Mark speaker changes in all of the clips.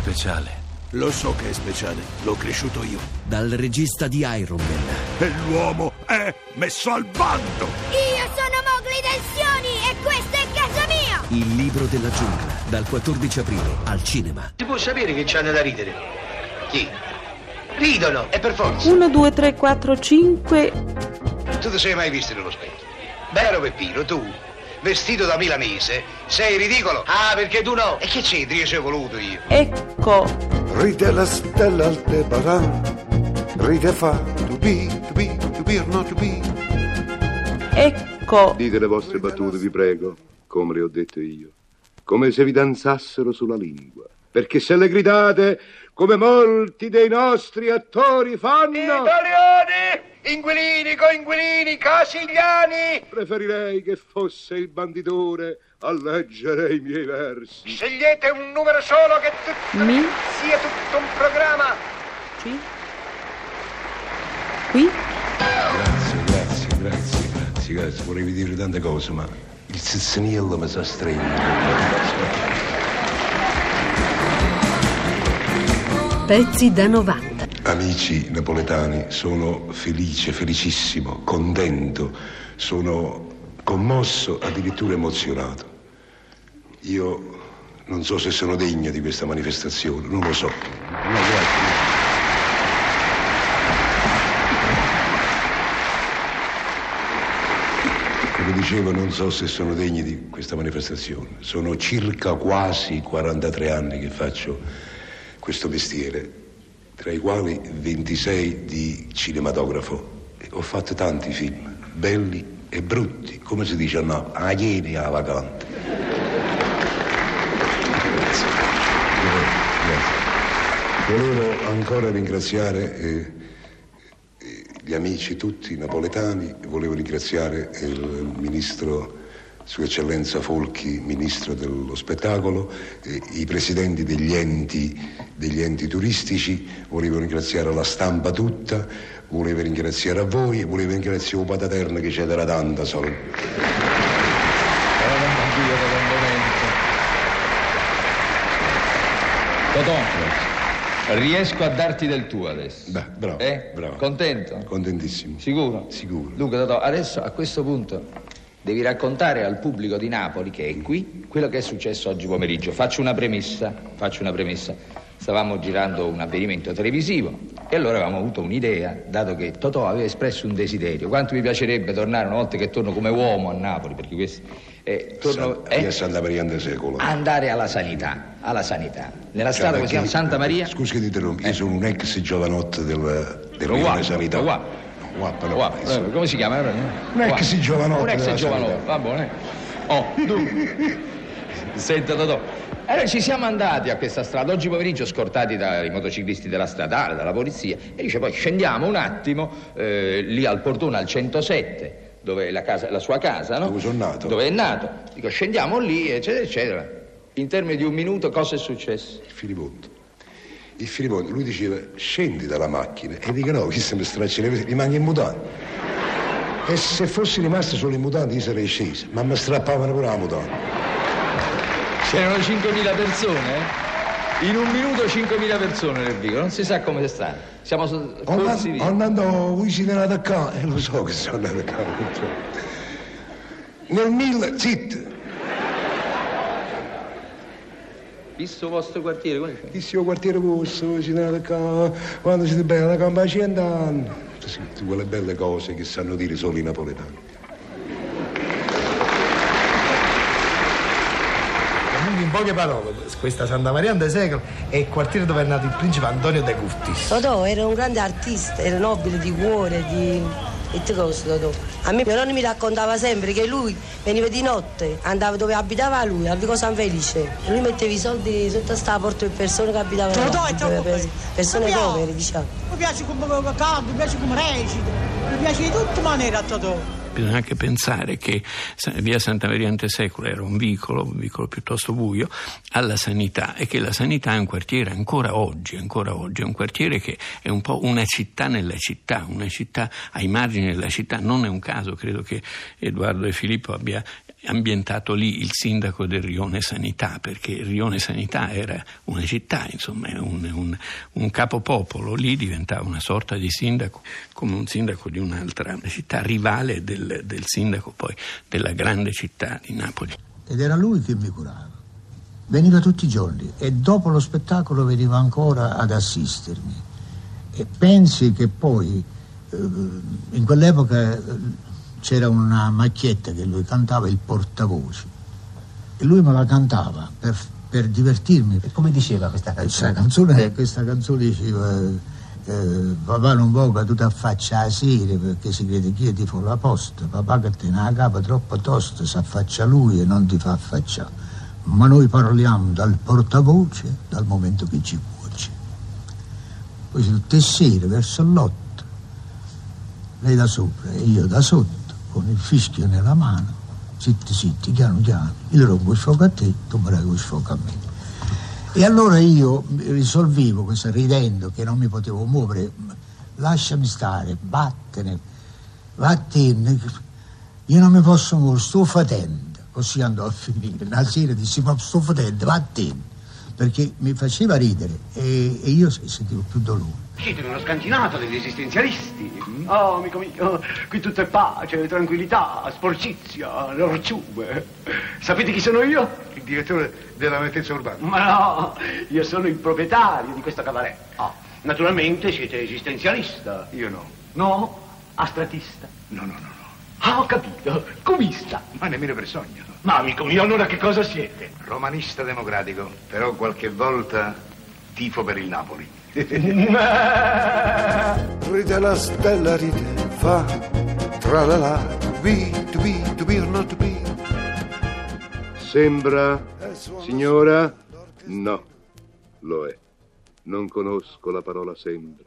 Speaker 1: speciale.
Speaker 2: Lo so che è speciale, l'ho cresciuto io.
Speaker 3: Dal regista di Iron Man,
Speaker 2: E l'uomo è messo al bando!
Speaker 4: Io sono Mowgli Tensioni e questo è casa mia!
Speaker 3: Il libro della giungla, dal 14 aprile al cinema.
Speaker 5: Si può sapere che c'hanno da ridere? Chi? Ridono, è per forza.
Speaker 6: 1, 2, 3, 4, 5.
Speaker 5: Tu ti sei mai visto nello specchio? Vero Peppino, tu, vestito da milanese, sei ridicolo. Ah, perché tu no? E che c'entri? Io ci ho voluto io.
Speaker 6: Ecco,
Speaker 7: Ride la stella al Tebaran, ride fa, to be, to be, to be or not to be.
Speaker 6: ecco,
Speaker 8: Dite le vostre battute, vi prego, come le ho dette io, come se vi danzassero sulla lingua. Perché se le gridate, come molti dei nostri attori fanno,
Speaker 5: Italiani, inquilini, coinquilini, casigliani,
Speaker 8: preferirei che fosse il banditore a leggere i miei versi.
Speaker 5: scegliete un numero solo che tutto
Speaker 6: mi,
Speaker 5: sia tutto un programma.
Speaker 6: ci, qui,
Speaker 1: Grazie, grazie, grazie, grazie, grazie. Volevi dire tante cose, ma il zizzaniello mi sa stretto.
Speaker 9: Pezzi da 90.
Speaker 1: Amici napoletani, sono felice, felicissimo, contento, sono commosso, addirittura emozionato. Io non so se sono degno di questa manifestazione, non lo so. No, grazie. Come dicevo, non so se sono degni di questa manifestazione. Sono circa quasi 43 anni che faccio questo mestiere, tra i quali 26 di cinematografo. E Ho fatto tanti film, belli e brutti, come si dice a Napoli, a ieri a vacante. Grazie. Grazie. Volevo ancora ringraziare... eh, gli amici tutti napoletani, volevo ringraziare il ministro Sua Eccellenza Folchi, ministro dello spettacolo, eh, i presidenti degli enti, degli enti turistici, volevo ringraziare la stampa tutta, volevo ringraziare a voi, volevo ringraziare un pataterno che c'era tanta solo.
Speaker 10: riesco a darti del tuo adesso.
Speaker 1: Beh, bravo,
Speaker 10: Eh?
Speaker 1: bravo.
Speaker 10: Contento?
Speaker 1: Contentissimo.
Speaker 10: Sicuro?
Speaker 1: Sicuro.
Speaker 10: Dunque, Totò, adesso a questo punto devi raccontare al pubblico di Napoli, che è qui, quello che è successo oggi pomeriggio. Faccio una premessa, faccio una premessa. Stavamo girando un avvenimento televisivo e allora avevamo avuto un'idea, dato che Totò aveva espresso un desiderio. Quanto mi piacerebbe tornare una volta che torno come uomo a Napoli, perché questo... eh, torno,
Speaker 1: San-
Speaker 10: eh,
Speaker 1: via Santa Maria del Secolo.
Speaker 10: andare alla sanità, alla sanità. Nella strada che si chiama
Speaker 1: Guarda,
Speaker 10: Santa
Speaker 1: chi-
Speaker 10: Maria...
Speaker 1: Scusi che ti interrompo, io sono un ex giovanotto del, del
Speaker 10: Lo
Speaker 1: Rione
Speaker 10: guap,
Speaker 1: Sanità.
Speaker 10: lo guap.
Speaker 1: No, guap no,
Speaker 10: Guarda,
Speaker 1: insomma.
Speaker 10: eh, come si chiama?
Speaker 1: Un ex
Speaker 10: Guarda,
Speaker 1: giovanotto
Speaker 10: Un ex
Speaker 1: della
Speaker 10: giovanotto,
Speaker 1: sanità.
Speaker 10: va bene. Oh, dunque. Senta, Totò. Allora ci siamo andati a questa strada, oggi pomeriggio scortati dai motociclisti della stradale, dalla polizia, e dice poi scendiamo un attimo eh, lì al portone al 107, dove è la, casa- la sua casa, no?
Speaker 1: Dove sono nato.
Speaker 10: Dove è nato. Dico scendiamo lì, eccetera, eccetera. In termini di un minuto cosa è successo?
Speaker 1: Il Filiponte. Il Filiponte, lui diceva scendi dalla macchina e dico no, chi se mi straccia le vesti, rimane in mutande. E se fossi rimasto solo in mutande io sarei sceso, ma mi strappavano pure la mutanda.
Speaker 10: C'erano 5.000 persone, eh? In un minuto 5.000 persone nel vicolo, non si sa come stanno. Siamo so- corsi via.
Speaker 1: Andando vicino ad attaccare, e lo so che sono andato a casa. Nel mille, zitto,
Speaker 10: Visto il vostro quartiere, come c'è?
Speaker 1: Dissimo quartiere vostro, ci tenete qua, quando siete belli, la gamba a cent'anni. Tutte quelle belle cose che sanno dire solo i napoletani.
Speaker 11: Quindi in poche parole, questa Santa Maria del Secolo è il quartiere dove è nato il principe Antonio De Curtis.
Speaker 9: Totò era un grande artista, era nobile di cuore, di... E te cosa, Totò? A me mio nonno mi raccontava sempre che lui veniva di notte, andava dove abitava lui, al Vico San Felice. E lui metteva i soldi sotto a sta porta per persone che abitavano là, per- per- persone povere, diciamo.
Speaker 11: Mi piace come canto, mi piace come recita, mi piace di tutte maniere a Totò.
Speaker 7: Bisogna anche pensare che sa- via Santa Maria Antesecula era un vicolo, un vicolo piuttosto buio, alla sanità e che la sanità è un quartiere ancora oggi, ancora oggi, è un quartiere che è un po' una città nella città, una città ai margini della città. Non è un caso, credo che Edoardo e Filippo abbia-
Speaker 12: ambientato lì il sindaco del Rione Sanità, perché Rione Sanità era una città, insomma, un, un, un capopopolo, lì diventava una sorta di sindaco, come un sindaco di un'altra città, rivale del, del sindaco poi della grande città di Napoli.
Speaker 13: Ed era lui che mi curava. Veniva tutti i giorni e dopo lo spettacolo veniva ancora ad assistermi. E pensi che poi, eh, in quell'epoca eh, c'era una macchietta che lui cantava, il portavoce. E lui me la cantava per, per divertirmi. E come diceva questa canzone? Eh, Questa canzone, questa canzone diceva, eh, papà non vuoi che tu ti affaccia a sera perché si crede che io ti fa la posta, papà che te ne ha la capa troppo tosta, si affaccia lui e non ti fa affacciare. Ma noi parliamo dal portavoce dal momento che ci cuoce. Poi tutte le sere verso l'otto, lei da sopra e io da sotto, con il fischio nella mano, zitti zitti, piano piano, io rompo il fuoco a te, tu mi rompi il fuoco a me. E allora io risolvevo questo ridendo che non mi potevo muovere, lasciami stare, battene, vattene, io non mi posso muovere, sto fatendo. Così andò a finire. Una sera dissi, ma sto fatendo, vattene. Perché mi faceva ridere e, e io sentivo più dolore.
Speaker 14: Siete in una scantinata degli esistenzialisti.
Speaker 15: Mm-hmm.
Speaker 14: Oh, amico mio, qui tutto è pace, tranquillità, sporcizia, norciume. Sapete chi sono io?
Speaker 15: Il direttore della mettezza urbana.
Speaker 14: Ma no, io sono il proprietario di questo cabaret. Ah, naturalmente siete esistenzialista.
Speaker 15: Io no.
Speaker 14: No? Astratista.
Speaker 15: No, no, no.
Speaker 14: Ah, ho capito, cubista.
Speaker 15: Ma nemmeno per sogno.
Speaker 14: Ma amico mio, allora che cosa siete?
Speaker 15: Romanista democratico, però qualche volta tifo per il Napoli.
Speaker 1: Ride la stella, ride, fa tra la la, be, to be, to be or not to be.
Speaker 8: Sembra, signora? No, lo è. Non conosco la parola sembra.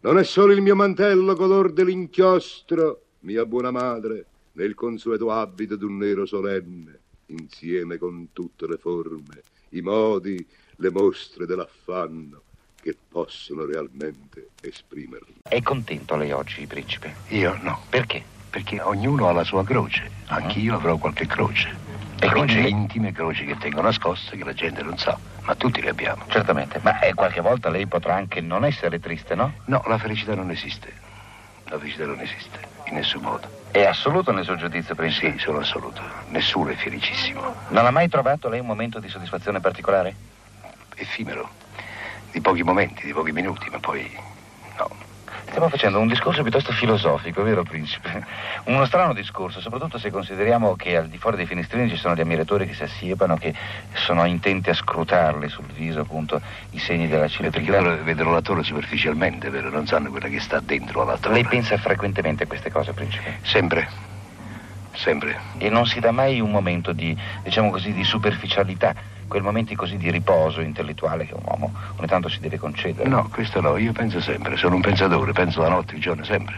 Speaker 8: Non è solo il mio mantello color dell'inchiostro, mia buona madre, nel consueto abito d'un nero solenne, insieme con tutte le forme, i modi, le mostre dell'affanno che possono realmente esprimerlo.
Speaker 5: È contento lei oggi, principe?
Speaker 15: Io no.
Speaker 5: Perché? Ah.
Speaker 15: Perché ognuno ha la sua croce, anch'io avrò qualche croce.
Speaker 5: E
Speaker 15: croci
Speaker 5: quindi-
Speaker 15: intime, croci che tengo nascoste, che la gente non sa, ma tutti le abbiamo.
Speaker 5: Certamente, ma eh, qualche volta lei potrà anche non essere triste, no?
Speaker 15: No, la felicità non esiste. La felicità non esiste, in nessun modo.
Speaker 5: È assoluto nel suo giudizio, principe?
Speaker 15: Sì, sono assoluto. Nessuno è felicissimo.
Speaker 5: Non ha mai trovato lei un momento di soddisfazione particolare?
Speaker 15: Effimero. Di pochi momenti, di pochi minuti, ma poi
Speaker 5: Stiamo facendo un discorso piuttosto filosofico, vero principe? Uno strano discorso, soprattutto se consideriamo che al di fuori dei finestrini ci sono gli ammiratori che si assiepano, che sono intenti a scrutarle sul viso, appunto, i segni della
Speaker 15: Perché
Speaker 5: cilettina.
Speaker 15: loro vedono la torre superficialmente, vero? Non sanno quella che sta dentro alla torre.
Speaker 5: Lei pensa frequentemente a queste cose, principe?
Speaker 15: Sempre. Sempre.
Speaker 5: E non si dà mai un momento di, diciamo così, di superficialità, quei momenti così di riposo intellettuale che un uomo ogni tanto si deve concedere.
Speaker 15: No, questo no, io penso sempre, sono un pensatore, penso la notte, il giorno, sempre.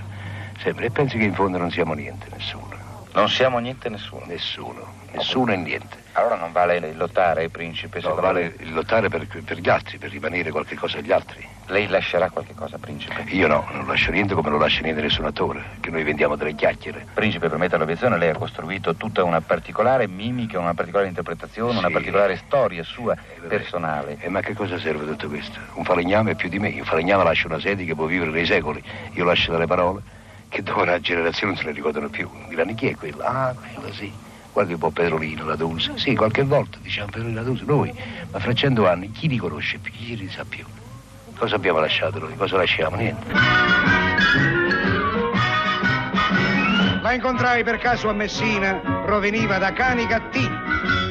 Speaker 15: Sempre. E penso che in fondo non siamo niente, nessuno.
Speaker 5: Non siamo niente nessuno.
Speaker 15: Nessuno, nessuno e niente.
Speaker 5: Allora non vale il lottare, principe?
Speaker 15: No,
Speaker 5: secondo
Speaker 15: vale il lottare per, per gli altri, per rimanere qualche cosa agli altri.
Speaker 5: Lei lascerà qualche cosa, principe?
Speaker 15: Io no, non lascio niente come non lascio niente nessun attore, che noi vendiamo delle chiacchiere.
Speaker 5: Principe, per mettere l'obiezione, lei ha costruito tutta una particolare mimica, una particolare interpretazione, una
Speaker 15: Sì.
Speaker 5: particolare storia sua personale.
Speaker 15: E ma che cosa serve tutto questo? Un falegname è più di me, un falegname lascia una sede che può vivere nei secoli, io lascio delle parole che dopo una generazione non se le ricordano più. Diranno chi è quella? Ah, quella sì. Guardi un po' Pedrolino, la Dulce. Sì, qualche volta diciamo Pedrolino, la Dulce, noi. Ma fra cento anni chi li conosce più? Chi li sa più? Cosa abbiamo lasciato noi? Cosa lasciamo? Niente.
Speaker 16: La incontrai per caso a Messina, proveniva da Cani Gattini.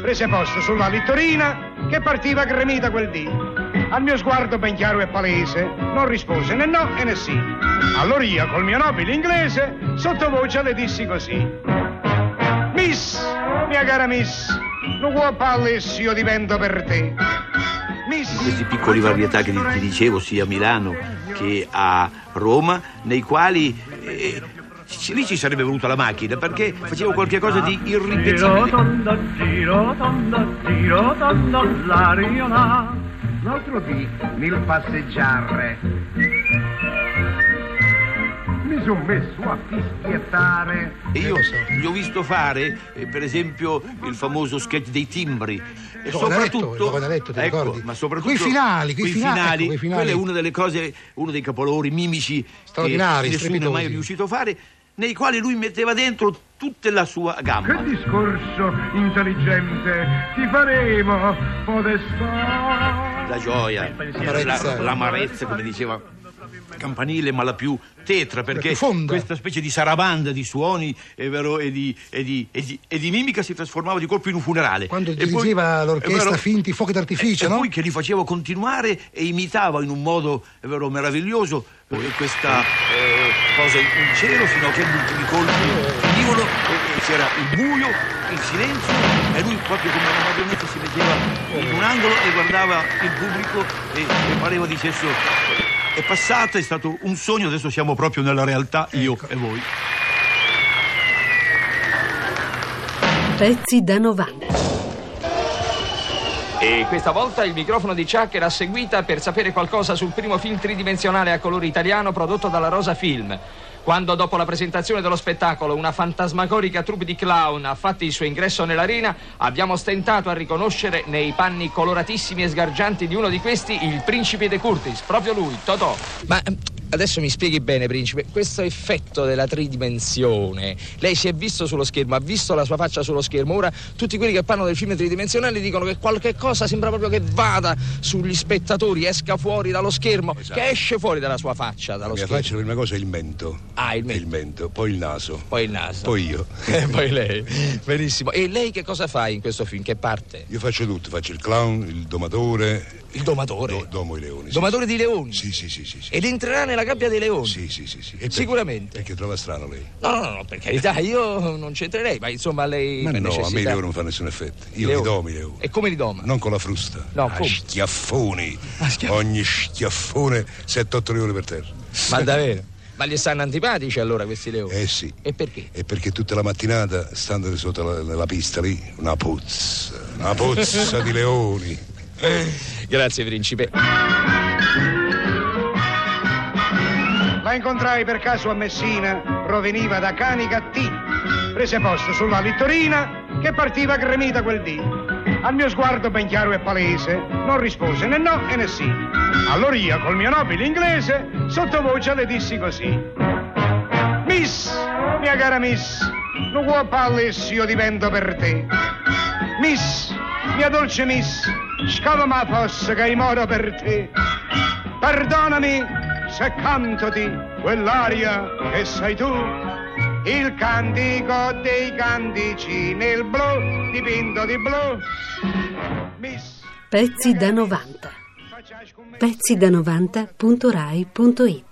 Speaker 16: Prese posto sulla Littorina che partiva gremita quel dì. Al mio sguardo ben chiaro e palese, non rispose né no e né sì. Allora io, col mio nobile inglese, sottovoce le dissi così. Miss, mia cara miss, non vuoi palles, io divento per te.
Speaker 17: questi piccoli varietà che ti, ti dicevo sia a Milano che a Roma, nei quali eh, ci- lì ci sarebbe voluta la macchina perché facevo qualche cosa di
Speaker 18: Giro
Speaker 17: irripetibile.
Speaker 18: tonda, giro tonda, giro tonda, la riola.
Speaker 19: L'altro dì nel passeggiare. Mi
Speaker 5: mi sono messo a fischiettare.
Speaker 15: E io gli ho visto fare, eh, per esempio, il famoso sketch dei timbri. E
Speaker 13: Lo Canaletto,
Speaker 15: soprattutto.
Speaker 13: lo Canaletto, ti
Speaker 15: ecco,
Speaker 13: ricordi?
Speaker 15: ma soprattutto.
Speaker 13: Quei finali, quei
Speaker 15: quei
Speaker 13: fina- ecco,
Speaker 15: finali,
Speaker 13: quei finali.
Speaker 15: Quella è una delle cose, uno dei capolavori mimici
Speaker 13: Straordinari,
Speaker 15: che nessuno è mai
Speaker 13: strepitosi.
Speaker 15: riuscito a fare, nei quali lui metteva dentro tutta la sua gamma.
Speaker 5: Che discorso intelligente ti faremo, podestà.
Speaker 15: La gioia,
Speaker 5: Amarezza.
Speaker 15: la- l'amarezza, come diceva Campanile, ma la più tetra, perché
Speaker 13: più fonda.
Speaker 15: questa specie di sarabanda di suoni è vero, e, di, e di- e di- e di mimica si trasformava di colpo in un funerale.
Speaker 13: Quando
Speaker 15: E poi-
Speaker 13: dirigeva l'orchestra
Speaker 15: è vero,
Speaker 13: finti fuochi d'artificio,
Speaker 15: e
Speaker 13: no?
Speaker 15: poi che li faceva continuare e imitava in un modo è vero, meraviglioso eh, questa eh, cosa in cielo fino a che gli ultimi colpi venivano e- e eh, c'era il buio, il silenzio e lui proprio come una marionetta si metteva in un angolo e guardava il pubblico e, e pareva dicesse "Eh, è passato, è stato un sogno, adesso siamo proprio nella realtà, io e voi.
Speaker 9: Pezzi da 90.
Speaker 10: E questa volta il microfono di Chuck era seguita per sapere qualcosa sul primo film tridimensionale a colore italiano prodotto dalla Rosa Film. Quando dopo la presentazione dello spettacolo una fantasmagorica troupe di clown ha fatto il suo ingresso nell'arena, abbiamo stentato a riconoscere nei panni coloratissimi e sgargianti di uno di questi il principe De Curtis, proprio lui, Totò. Ma ehm, adesso mi spieghi bene, principe, questo effetto della tridimensione, lei si è visto sullo schermo, ha visto la sua faccia sullo schermo, ora tutti quelli che parlano del film tridimensionale dicono che qualche cosa sembra proprio che vada sugli spettatori, esca fuori dallo schermo, che esce fuori dalla sua faccia, dallo
Speaker 1: Esatto. La
Speaker 10: schermo.
Speaker 1: mia faccia, la prima cosa è il mento.
Speaker 10: Ah, il mento.
Speaker 1: poi il naso.
Speaker 10: Poi il naso.
Speaker 1: Poi io.
Speaker 10: E Eh, poi lei. Benissimo. E lei che cosa fa in questo film? Che parte?
Speaker 1: Io faccio tutto, faccio il clown, il domatore.
Speaker 10: Il domatore?
Speaker 1: domo i leoni. sì,
Speaker 10: Domatore
Speaker 1: sì.
Speaker 10: di leoni?
Speaker 1: Sì, sì, sì, sì. sì.
Speaker 10: Ed entrerà nella gabbia dei leoni?
Speaker 1: Sì, sì, sì, sì. E per-
Speaker 10: Sicuramente.
Speaker 1: Perché trova strano lei.
Speaker 10: No, no, no, no, per carità, io non c'entrerei, ma insomma lei...
Speaker 1: Ma
Speaker 10: per
Speaker 1: no, a me i
Speaker 10: necessità-
Speaker 1: leoni non fanno nessun effetto. Io
Speaker 10: Leoni.
Speaker 1: li domo i leoni.
Speaker 10: E come li doma?
Speaker 1: Non con la frusta.
Speaker 10: No,
Speaker 1: a
Speaker 10: come? Ah,
Speaker 1: schiaffoni. Ogni schiaffone 7-8 leoni per terra.
Speaker 10: Ma davvero? Ma gli stanno antipatici allora questi leoni?
Speaker 1: Eh sì.
Speaker 10: E perché?
Speaker 1: E perché tutta la mattinata, stando sotto la, nella pista lì, una puzza, una puzza di leoni.
Speaker 10: Grazie principe.
Speaker 8: La incontrai per caso a Messina, proveniva da Cani Gattì. Prese posto sulla Littorina che partiva gremita quel dì. Al mio sguardo ben chiaro e palese, non rispose né no e né sì. Allora io, col mio nobile inglese, sottovoce le dissi così. Miss, mia cara miss, non vuoi pallis io divento per te. Miss, mia dolce miss, scava ma fosse che io moro per te. Perdonami se canto di quell'aria che sei tu, il cantico dei cantici nel blu, dipinto di blu. Miss,
Speaker 9: Pezzi da 90. Pezzi da 90.rai.it